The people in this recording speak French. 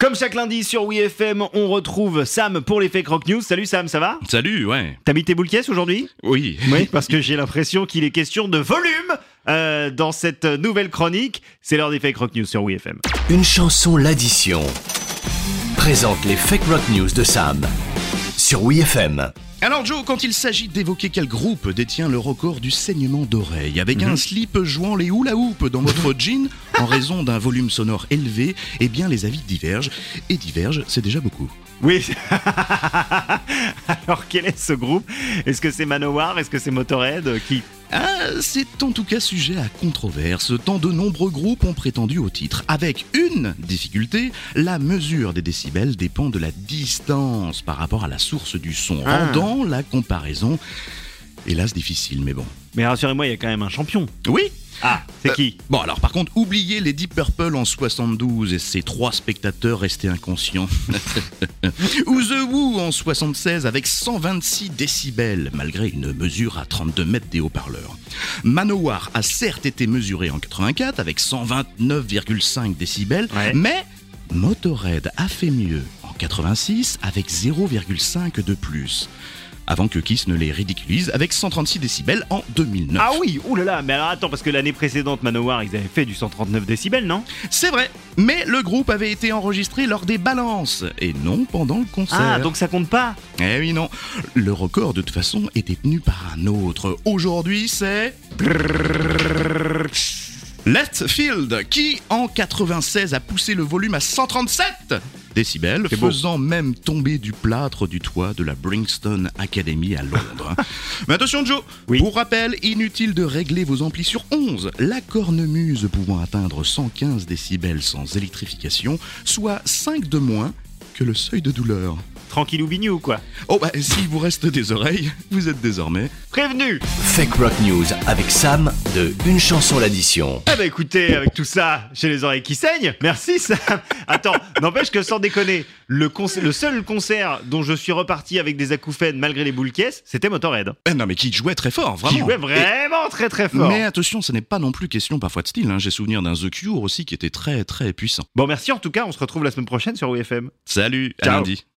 Comme chaque lundi sur WeFM, on retrouve Sam pour les Fake Rock News. Salut Sam, ça va Salut, ouais. T'as mis tes boules caisses aujourd'hui Oui. Oui, parce que j'ai l'impression qu'il est question de volume euh, dans cette nouvelle chronique. C'est l'heure des Fake Rock News sur WeFM. Une chanson, l'addition. Présente les Fake Rock News de Sam. Sur WeFM. Alors Joe, quand il s'agit d'évoquer quel groupe détient le record du saignement d'oreille, avec un slip jouant les hula hoop dans votre jean, en raison d'un volume sonore élevé, eh bien les avis divergent. Et divergent, c'est déjà beaucoup. Oui. Alors quel est ce groupe Est-ce que c'est Manowar Est-ce que c'est Motorhead Qui Ah, c'est en tout cas sujet à controverse, tant de nombreux groupes ont prétendu au titre, avec une difficulté, la mesure des décibels dépend de la distance par rapport à la source du son, Ah. rendant la comparaison, hélas difficile, mais bon. Mais rassurez-moi, il y a quand même un champion. Oui, Ah, c'est Euh, qui Bon alors par contre, oubliez les Deep Purple en 72 et ses trois spectateurs restés inconscients. Ou The Who en 76 avec 126 décibels malgré une mesure à 32 mètres des haut-parleurs. Manowar a certes été mesuré en 84 avec 129,5 décibels, Ouais. mais Motorhead a fait mieux en 86 avec 0,5 de plus. Avant que Kiss ne les ridiculise avec 136 décibels en 2009. Ah oui, oulala, mais alors attends, parce que l'année précédente, Manowar, ils avaient fait du 139 décibels, non C'est vrai, mais le groupe avait été enregistré lors des balances et non pendant le concert. Ah, donc ça compte pas Eh oui, non. Le record, de toute façon, est détenu par un autre. Aujourd'hui, c'est. Leftfield, qui en 96 a poussé le volume à 137 décibels, C'est beau. faisant même tomber du plâtre du toit de la Brixton Academy à Londres. Mais attention Joe, Oui. pour rappel, inutile de régler vos amplis sur 11, la cornemuse pouvant atteindre 115 décibels sans électrification, soit 5 de moins que le seuil de douleur. Tranquille ou bignou, quoi. Oh bah s'il vous reste des oreilles, vous êtes désormais. Prévenu Fake Rock News avec Sam de Une chanson, l'addition. Eh ben écoutez, avec tout ça, j'ai les oreilles qui saignent. Merci Sam. Attends, n'empêche que sans déconner, le, conce- le seul concert dont je suis reparti avec des acouphènes malgré les boules caisses, c'était Motorhead. Eh non mais qui jouait très fort, vraiment. Qui jouait Et- vraiment très très fort. Mais attention, ce n'est pas non plus question parfois de style. hein. J'ai souvenir d'un The Cure aussi qui était très très puissant. Bon, merci en tout cas, on se retrouve la semaine prochaine sur WFM. Salut, à Ciao. lundi.